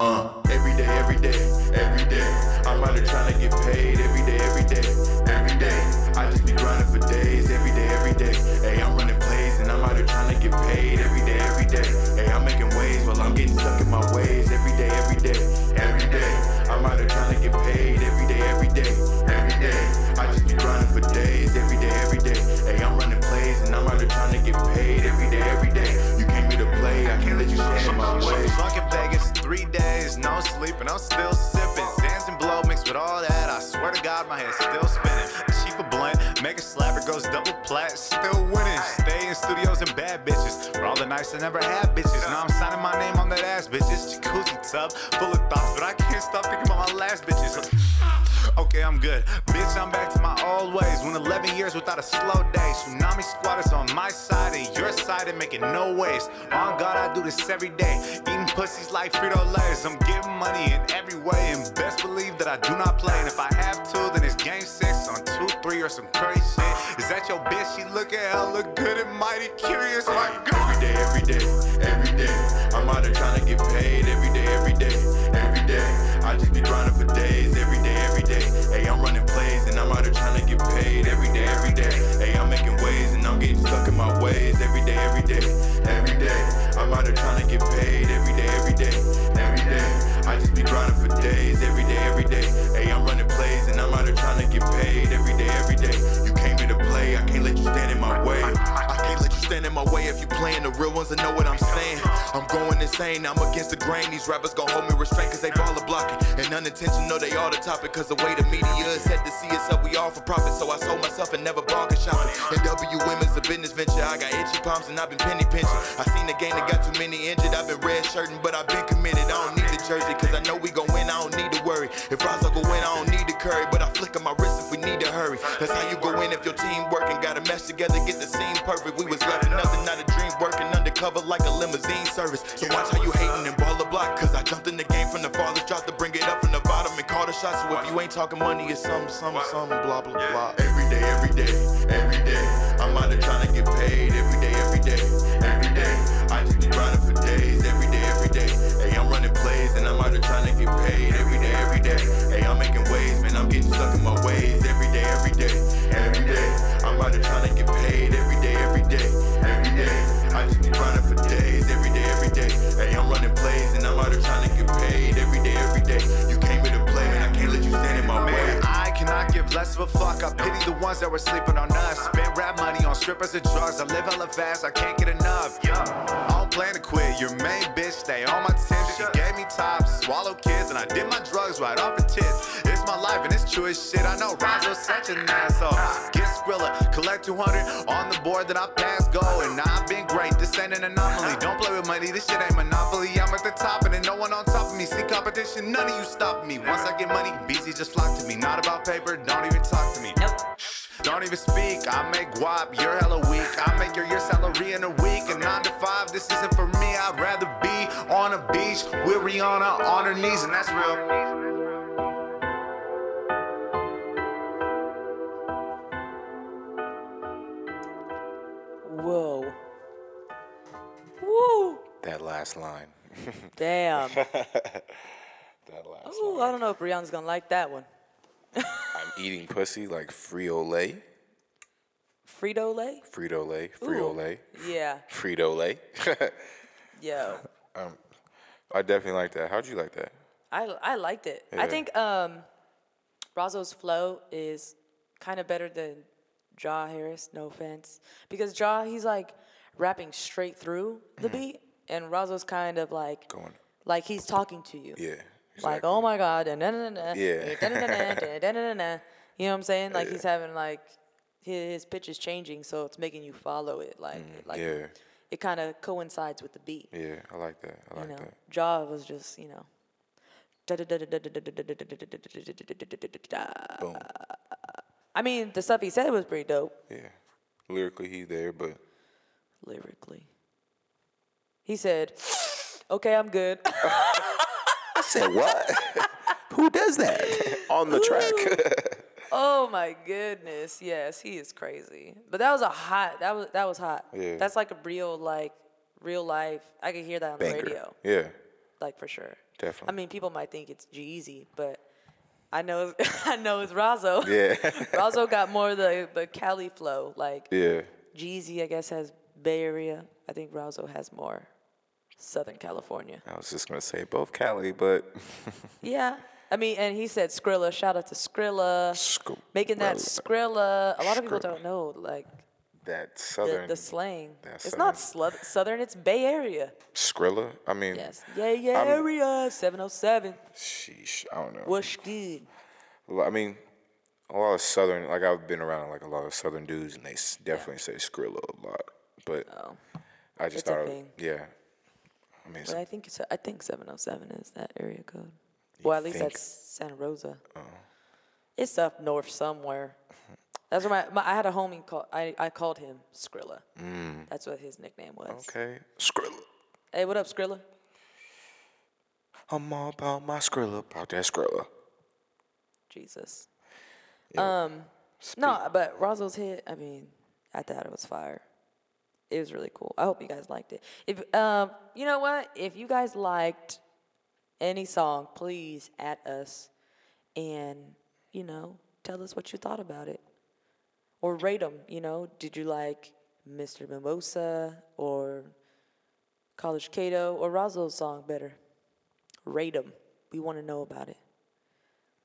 H: Uh, every day, every day, every day. I'm out here trying to get paid every day, every day, every day. I just be grinding for days, every day, every day. Hey, I'm running plays and I'm out here trying to get paid every day, every day. Hey, I'm making waves while I'm getting stuck in my ways every day, every day, every day. I'm out here trying to get paid every day, every day, every day. I just be grinding for days, every day, every day. Hey, I'm running plays and I'm out here trying to get paid every day, every day. You came here to play, I can't let you stand in my way.
I: Drunk in Vegas, three days, no sleep, and I'm still sipping. Sands and blow mixed with all that. I swear to God, my head's still spinning. Chief a blunt, make a slap, it goes double plat, still winning. Stay in studios and bad bitches. For all the nights I never had bitches. Now I'm signing my name on that ass bitches. Jacuzzi tub, full of thoughts, but I can't stop thinking about my last bitches. [sighs] Okay, I'm good. Bitch, I'm back to my old ways. Went 11 years without a slow day. Tsunami squatters on my side and your side and making no waves. On God, I do this every day. Eating pussies like Frito Lay's. I'm getting money in every way and best believe that I do not play. And if I have to, then it's game six on two, three, or some crazy shit. Is that your bitch? She look at her, look good and mighty curious. My God.
H: Every day, every day, every day. I'm out here trying to get paid every day, every day, every day. I just be grinding for days, every day, every day. Hey, I'm running plays and I'm out here trying to get paid every day, every day. Hey, I'm making ways and I'm getting stuck in my ways every day, every day, every day. I'm out here trying to get paid every day, every day, every day. I just be grinding for days, every day, every day. Hey, I'm running plays and I'm out here trying to get paid every day, every day. You came here to play, I can't let you stand in my way.
I: I can't let you stand in my way if you playing the real ones that know what I'm saying. I'm going insane, I'm against the grain. These rappers gon' hold me restrained cause they baller blocking. And unintentional, they all the topic cause the way the media is set to see us up, we all for profit. So I sold myself and never bargain shopping. And WM is a business venture, I got itchy palms and I've been penny pinching. I seen the game that got too many injured, I've been red shirting, but I've been committed. I don't need the jersey cause I know we gon' win, I don't need to worry. If Rosso go win, I don't need to curry, but I flick on my wrist if we need to hurry. That's how you go in if your team working. Gotta mesh together, get the scene perfect. We was left with nothing, not a dream working undercover like a limousine service. So watch how you hating and ball the block. Cause I jumped in the game from the farthest drop to bring it up from the bottom and call the shots. So if you ain't talking money, it's something, something, something, blah, blah, blah.
H: Every day, every day, every day. I'm out here trying to get paid. Every day, every day, every day. I just be grinding for days. Every day, every day. Hey, I'm running plays and I'm out here trying to get paid. Every day, every day. Hey, I'm making waves, man. I'm getting stuck in my ways. Every day, every day, every day. I'm out here trying to get paid. Every day, every day, every day. I just be grinding for days. Every day, every day. Hey, I'm running plays and I'm out here trying to get paid. Every day, every day. You came here to play, man. I can't let you stand in my way.
I: Man, I cannot give less of a fuck. I pity the ones that were sleeping on us. Spent rap money on strippers and drugs. I live hella fast, I can't get enough. I don't plan to quit. Your main bitch, stay on my tip. She gave me tops, swallow kids, and I did my drugs right off the tits. It's my life and it's true as shit. I know Rizzo's such an asshole. Get Skrilla, collect 200 on the board, then I pass go. And now I've been great. This ain't an anomaly. Don't play with money. This shit ain't monopoly. I'm at the top and then no one on top of me. See competition, none of you stop me. Once I get money, BZ just flock to me. Not about paper, don't even talk to me. Don't even speak. I make guap, you're hella weak. I make your year salary in a week. And nine to five, this isn't for me. I'd rather be on a beach with Rihanna on her knees, and that's real.
A: Whoa. Woo.
B: [laughs] That last line.
A: Damn.
B: That last
A: Ooh, I don't know if Rihanna's gonna like that one.
B: I'm eating pussy like Frito Lay,
A: Frito Lay.
B: Frito Lay, Frito Lay,
A: Yeah,
B: Frito Lay.
A: yo,
B: [laughs] I definitely like that. How'd you like that?
A: I I liked it. I
B: Yeah.
A: think um, Razzo's flow is kind of better than Ja Harris. No offense, because Ja he's like rapping straight through
B: Mm-hmm.
A: the beat, and Razzo's kind of like
B: Going.
A: like he's talking to you.
B: Yeah.
A: Like oh my god, and na na na,
B: Yeah.
A: You know what I'm saying? Like he's having like his, his pitch is changing, so it's making you follow it. Like it- like
B: yeah.
A: it kind of coincides with the beat.
B: Yeah, I like that. I like
A: you know,
B: that.
A: Jaw was just you know. uh,
B: Boom.
A: I mean, the stuff he said was pretty dope
B: Yeah. Lyrically, he there, but
A: lyrically. He said, "Okay, I'm good."
B: I said what? [laughs] Who does that [laughs] on the track?
A: oh my goodness, yes, he is crazy. But that was a hot. That was that was hot.
B: Yeah.
A: That's like a real like real life. I could hear that on the
B: Banger.
A: radio,
B: Yeah.
A: like for sure. I
B: Definitely.
A: mean, people might think it's Jeezy, but I know [laughs] I know it's Razzo. [laughs]
B: [laughs] Yeah.
A: Razzo got more the the Cali flow, like
B: yeah.
A: Jeezy, I guess, has Bay Area. I think Razzo has more Southern
B: [laughs]
A: California.
B: I was just gonna say both Cali, but
A: Yeah. I mean, and he said Skrilla. Shout out to Skrilla.
B: Skrilla.
A: Making that Skrilla. A lot of people
B: Skrilla.
A: don't know, like,
B: that
A: the,
B: southern
A: the slang.
B: that
A: It's not slu- Southern, it's Bay Area.
B: Skrilla. I mean,
A: Yes. Yeah, yeah,
B: I'm-
A: area. 707.
B: sheesh, I don't know.
A: What's good?
B: Well, I mean, a lot of southern. Like I've been around like a lot of southern dudes, and they s- definitely say Skrilla a lot. But
A: Oh.
B: I just
A: It's a
B: thought,
A: thing.
B: yeah. I mean, it's-
A: But I think, it's, I think 707 is that area code. Well, at least
B: think? Oh.
A: that's Santa Rosa. It's up north somewhere. That's where my, my I had a homie call. I, I called him Skrilla. That's what his nickname was.
B: Mm. okay, Skrilla.
A: Hey, what up, Skrilla?
B: I'm all about my Skrilla, about that Skrilla.
A: Jesus.
B: Yeah.
A: Um, no, but Roswell's hit. I mean, I thought it was fire. It was really cool. I hope you guys liked it. If um, you know what, if you guys liked any song, please at us and you know tell us what you thought about it or rate them. You know, did you like Mr. Mimosa or College Cato or Roswell's song better? Rate them. We want to know about it.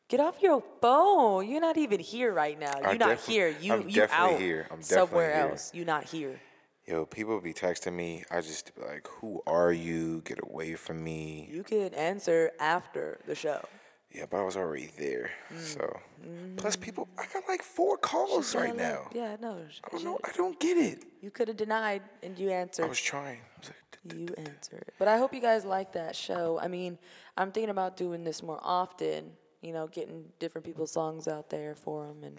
A: Get off your phone. You're not even here right now. You're
B: I
A: not
B: defi-
A: here. You
B: I'm
A: you
B: definitely
A: out
B: here. I'm definitely
A: somewhere
B: here.
A: else. You're not here.
B: Yo, people be texting me. I just be like, "Who are you? Get away from me!"
A: You can answer after the show.
B: Yeah, but I was already there. So, plus people, I got like four calls
A: Yeah,
B: right
A: like-
B: now.
A: Yeah, no.
B: I don't know. Oh, I don't get it.
A: You could have denied and you answered.
B: I was trying. I was like, "D- d-
A: you answered. But I hope you guys like that show. I mean, I'm thinking about doing this more often, you know, getting different people's songs out there for them and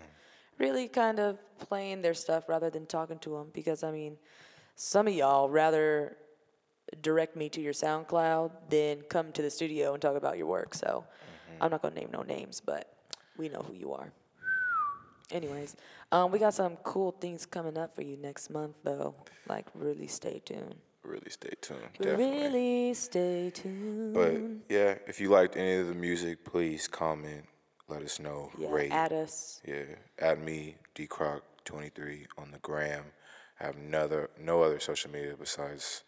A: really kind of playing their stuff rather than talking to them because, I mean, some of y'all rather direct me to your SoundCloud than come to the studio and talk about your work. So I'm not going to name no names, but we know who you are. Anyways, um, we got some cool things coming up for you next month, though. Like, really stay tuned.
B: really stay tuned. Definitely.
A: Really stay tuned.
B: But yeah, if you liked any of the music, please comment. Let us know.
A: yeah,
B: Rate.
A: at us.
B: yeah. Add me, dcroc23 on the gram. I have another, no other social media besides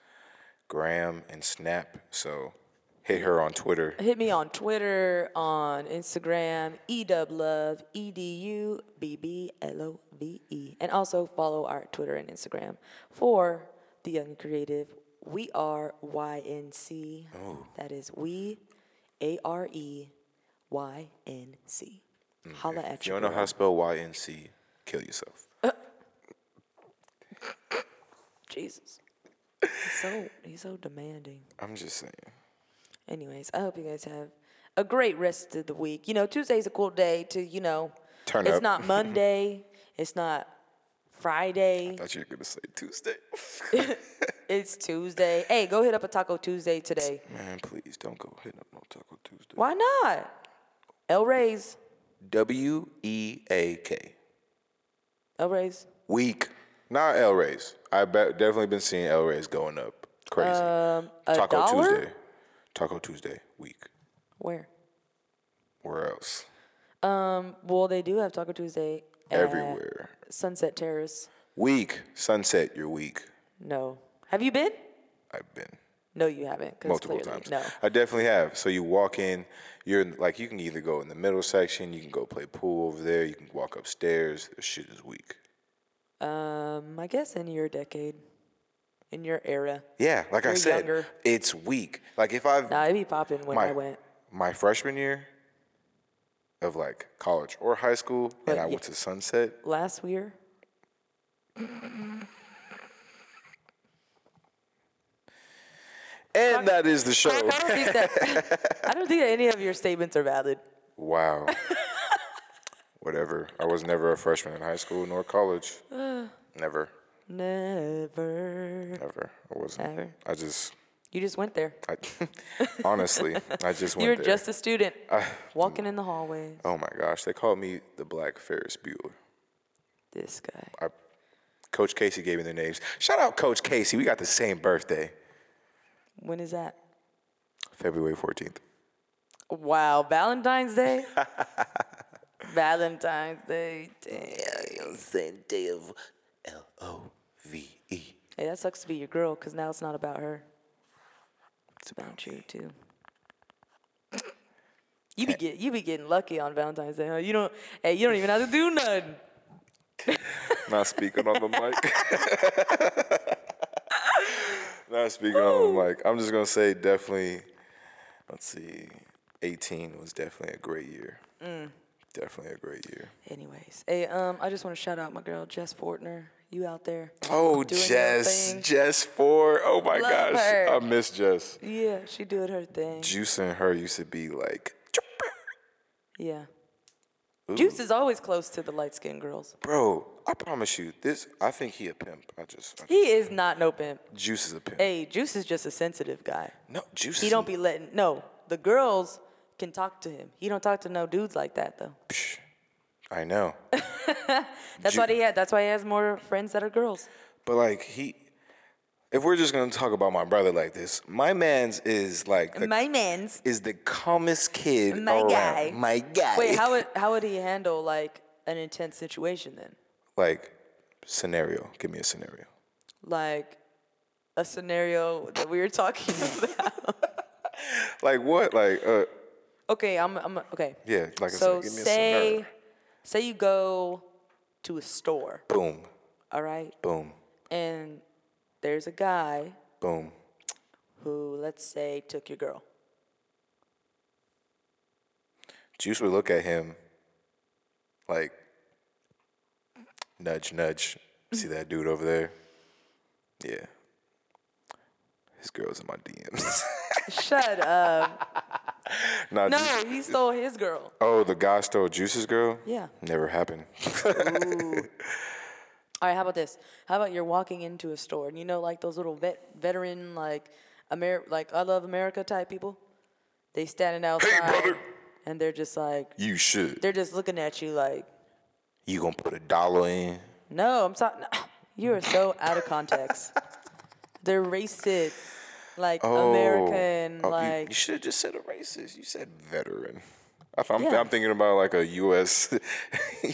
B: gram and snap. So hit her on Twitter.
A: Hit me on Twitter, on Instagram, edublove, E D U B B L O V E. And also follow our Twitter and Instagram for The Young and Creative. We are YNC.
B: Oh.
A: That is we, A R E Y N C. Holla at
B: Mm, If you don't know how to spell YNC, kill yourself.
A: Jesus. He's so, he's so demanding.
B: I'm just saying.
A: Anyways, I hope you guys have a great rest of the week. You know, Tuesday's a cool day to, you know,
B: Turn
A: it's
B: up. [laughs]
A: not Monday, it's not Friday,
B: thought you were going to say
A: [laughs]
B: Tuesday.
A: it's Tuesday. Hey, go hit up a Taco Tuesday today.
B: Man, please don't go hitting up no Taco Tuesday.
A: Why not? El Ray's.
B: W E A K.
A: El Ray's.
B: Week. Not L Rays. I bet definitely been seeing L Rays going up. Crazy.
A: Um, a
B: Taco
A: dollar?
B: Tuesday. Taco Tuesday week.
A: Where?
B: Where else?
A: Well, they do have Taco Tuesday. at
B: Everywhere.
A: Sunset Terrace.
B: Week. Sunset, you're weak.
A: No. Have you been?
B: I've been.
A: No, you haven't. 'cause
B: multiple
A: clearly,
B: times.
A: No.
B: I definitely have. So you walk in, you're in- like you can either go in the middle section, you can go play pool over there, you can walk upstairs. This shit is weak.
A: Um, I guess in your decade, in your era.
B: Yeah, like I
A: You're
B: said,
A: younger.
B: it's weak. Like if I've
A: Nah, it'd be popping when I went.
B: my freshman year of like college or high school,
A: But
B: and I
A: yeah.
B: went to Sunset.
A: Last year,
B: And that is
A: [laughs]
B: the show.
A: I don't think that I don't think that any of your statements are valid.
B: wow. Whatever. I was never a freshman in high school nor college.
A: [sighs]
B: never.
A: Never.
B: Never. I wasn't.
A: Never.
B: I just
A: You just went there. [laughs]
B: I, honestly, I just went
A: You were
B: there.
A: just a student walking in the hallways.
B: oh my gosh, they called me the Black Ferris Bueller.
A: This guy.
B: Coach Casey gave me their names. Shout out Coach Casey. We got the same birthday,
A: When is that?
B: February 14th.
A: Wow, Valentine's
D: [laughs]
A: Day. Valentine's Day. Damn.
D: day of L O V E.
A: Hey, that sucks to be your girl, 'cause now it's not about her. It's about you too. You be get, you be getting lucky on Valentine's Day, huh? You don't hey, you don't even have to do nothing.
B: Not speaking
A: [laughs]
B: on the mic. [laughs] Not speaking on the mic. I'm just gonna say definitely. Let's see. 18 was definitely a great year.
A: Mm.
B: Definitely a great year.
A: Anyways, hey, um, I just want to shout out my girl Jess Fortner. You out there?
B: Oh,
A: doing your
B: Jess,
A: thing.
B: Jess Ford. Oh my
A: Love
B: gosh,
A: her.
B: I miss Jess.
A: Yeah, she doing her thing.
B: Juice and her used to be like,
A: Yeah. Juice is always close to the light skinned girls.
B: bro. I promise you, this. I think he a pimp. I just I-
A: He is not no pimp.
B: Juice is a pimp.
A: Hey, Juice is just a sensitive guy.
B: No, Juice.
A: He
B: is-
A: don't be letting no. The girls can talk to him. He don't talk to no dudes like that though.
B: I know,
A: [laughs] That's
B: Ju-
A: why he had. That's why he has more friends that are girls.
B: but like he. If we're just gonna talk about my brother like this, my man's is like the,
A: My man's.
B: is the calmest kid
A: My
B: around.
A: guy.
B: My guy.
A: Wait, how would how would he handle like an intense situation then?
B: like scenario? Give me a scenario.
A: Like a scenario that we were talking [laughs] about.
B: Like what? Like uh,
A: Okay, I'm. I'm okay.
B: yeah. Like
A: so
B: I said, give me a
A: say,
B: scenario.
A: say you go to a store,
B: Boom,
A: all right,
B: boom,
A: and there's a guy
B: boom.
A: who, let's say, took your girl.
B: Juice would look at him like, nudge, nudge. See that dude over there? Yeah. His girl's in my DMs.
A: Shut up!
B: [laughs] Nah,
A: No,
B: Juice-
A: he stole his girl.
B: oh, the guy stole Juice's girl?
A: Yeah.
B: Never happened.
A: All right, how about this? How about you're walking into a store and you know, like those little vet veteran, like Amer- like I love America type people. They standing outside and they're just like
B: you should.
A: they're just looking at you like,
B: You gonna put a dollar in?
A: no, I'm sorry. You are so out of
B: [laughs]
A: context. they're racist, like American,
B: Oh, you-
A: like
B: you, should have just said a racist. You said veteran. I- I'm,
A: Yeah.
B: I'm thinking about like a [laughs] U.S.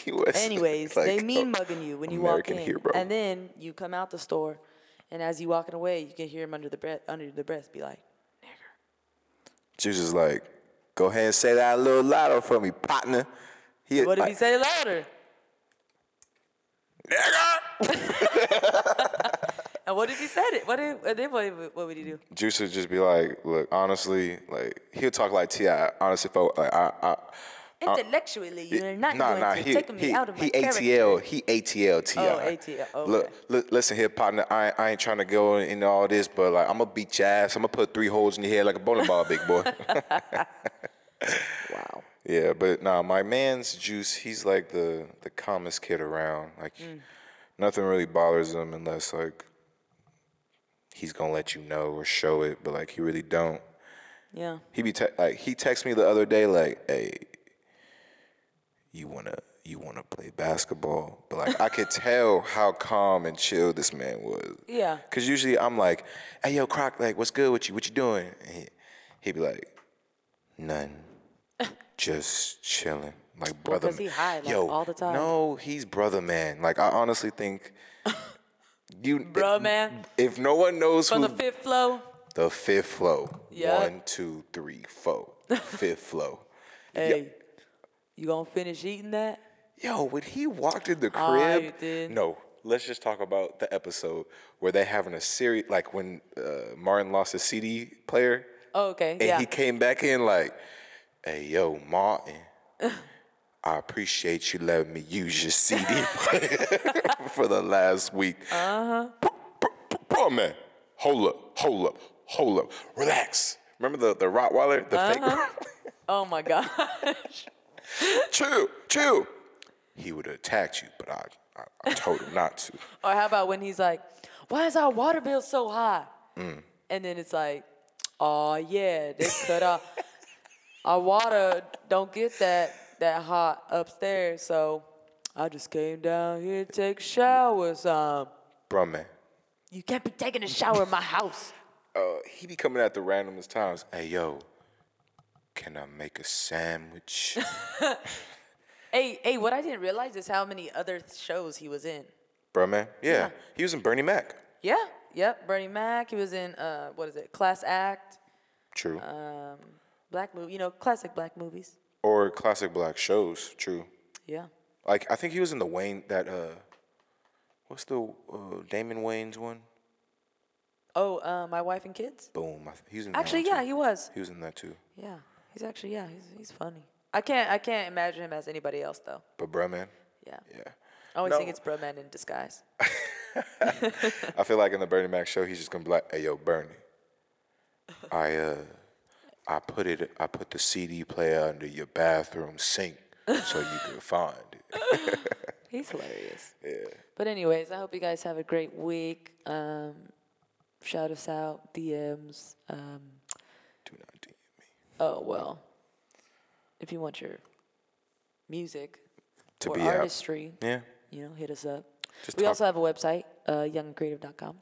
B: U.S.
A: Anyways,
B: [laughs] like,
A: they mean
B: uh,
A: mugging you when you
B: American
A: walk in,
B: hero.
A: and then you come out the store, and as you walking away, you can hear him under the breath, under the breath, be like,
B: Juice is like, go ahead and say that little lotto for me, partner. He,
A: "What if he
B: like,
A: say louder?"
B: Nigga!
A: And what if he said it? What if? and Then what, would- what would he do?
B: Juice would just be like, look, honestly, like he'll talk like Ti. Honestly, folk, like I, I,
A: Intellectually, you're not
B: Uh, nah,
A: going
B: nah,
A: to
B: he,
A: take me
B: he,
A: out of
B: he
A: my
B: ATL, he ATL Ti.
A: Oh, ATL, okay.
B: Look, look, listen here, partner. I, I ain't trying to go into all this, but like I'm gonna beat your ass. I'm gonna put three holes in your head like a bowling ball, big
A: [laughs]
B: boy.
A: character. Wow.
B: Yeah, but nah, my man's juice. He's like the the calmest kid around. Like nothing really bothers him unless like he's gonna let you know or show it. But like he really don't.
A: Yeah.
B: He be te- like he texted me the other day like, "Hey, you wanna you wanna play basketball?" But like I could tell how calm and chill this man was.
A: Yeah.
B: Cause usually I'm like, "Hey,
A: [laughs]
B: yo, Croc, like, what's good with you? What you doing?" And he, he'd be like, "None." just chilling. Like brother,
A: 'cause he
B: man.
A: high, like,
B: yo,
A: all the time.
B: No, he's brother man. Like I
A: [laughs]
B: honestly think you,
A: Bruh, man.
B: If no one knows
A: From
B: who
A: the fifth flow,
B: the fifth flow,
A: Yeah.
B: one, two, three, four,
A: [laughs]
B: fifth flow.
A: hey, you gonna finish eating that?
B: Yo, when he walked in the crib,
A: Ah, you did.
B: no. Let's just talk about the episode where they having a series, like when uh, Martin lost his CD player,
A: Oh, okay,
B: and
A: yeah.
B: he came back in like, "Hey, yo,
A: [laughs]
B: Martin, I appreciate you letting me use your CD
A: [laughs]
B: player [laughs] for the last week." Uh
A: Uh-huh.
B: huh. Bro, man, hold up, hold up, hold up, relax. Remember the the Rottweiler, the fake.
A: oh my gosh.
B: Chew, chew. He would have attacked you, but I, I, I told him not to.
A: or how about when he's like, why is our water bill so high? And then it's like, oh yeah, they cut [laughs] off. Our water don't get that that hot upstairs, so I just came down here to take a shower some.
B: Bruh, man.
A: You can't be taking a shower in my house.
B: Uh, he be coming at the randomest times. Hey, yo, can I make
A: [laughs]
B: a sandwich?
A: [laughs] Hey, hey, what I didn't realize is how many other shows he was in.
B: Bruh, man. Yeah. He was in Bernie Mac.
A: Yeah, yep. Bernie Mac. He was in uh, what is it? Class Act,
B: True.
A: Uh. black movie. You know, classic black movies.
B: or classic black shows. True.
A: Yeah.
B: Like, I think he was in the Wayne, that, uh, what's the uh, Damon Wayne's one?
A: Oh, uh, my wife and kids.
B: Boom. I th- he was in that
A: Actually,
B: one,
A: yeah,
B: too.
A: he was.
B: He was in that too.
A: Yeah, he's actually yeah, he's he's funny. I can't I can't imagine him as anybody else though.
B: But, bruh, man.
A: Yeah.
B: Yeah.
A: I always think
B: No.
A: it's bro man in disguise.
B: I feel like in the Bernie Mac show, he's just gonna be like, "Hey, yo,
A: [laughs]
B: Bernie, I uh, I put it, I put the CD player under your bathroom sink so you
A: [laughs]
B: could find it."
A: He's
B: [laughs]
A: hilarious. yeah. But anyways, I hope you guys have a great week. Um, shout us out, DMs. Um,
B: Do not DM me.
A: oh well, if you want your music
B: To
A: or
B: be out.
A: artistry,
B: Yeah.
A: you know, hit us up.
B: Just
A: we
B: talk-
A: also have a website, uh, youngcreative.com.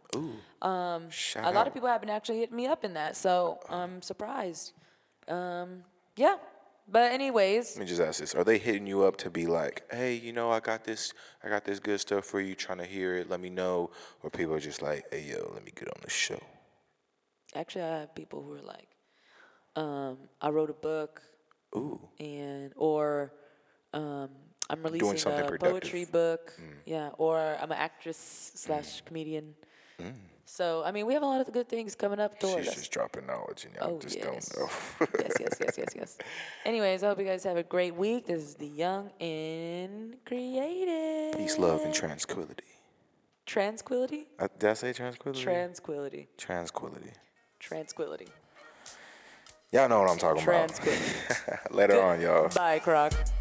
B: Shout
A: a lot of
B: out.
A: people have been actually hitting me up in that, so I'm surprised. Um, yeah, but anyways,
B: Let me just ask this: Are they hitting you up to be like, "Hey, you know, I got this, I got this good stuff for you. Trying to hear it? Let me know." Or people are just like, "Hey, yo, let me get on the show."
A: actually, I have people who are like, um, I wrote a book,
B: Ooh,
A: and or um, I'm releasing
B: something
A: a poetry
B: productive. Hmm.
A: book, yeah, or I'm an actress slash comedian. So I mean, we have a lot of good things coming up towards
B: Hmm. she's
A: us.
B: just dropping knowledge, and y'all
A: Oh,
B: just
A: yes.
B: don't know. [laughs]
A: yes, yes, yes, yes, yes. Anyways, I hope you guys have a great week. This is the Young and Creative.
B: Peace, love, and tranquility.
A: Tranquility?
B: Uh, did I say tranquility?
A: Tranquility.
B: tranquility.
A: Tranquility.
B: Y'all know what I'm talking
A: Tranquility.
B: about. Later on, y'all.
A: Bye, Croc.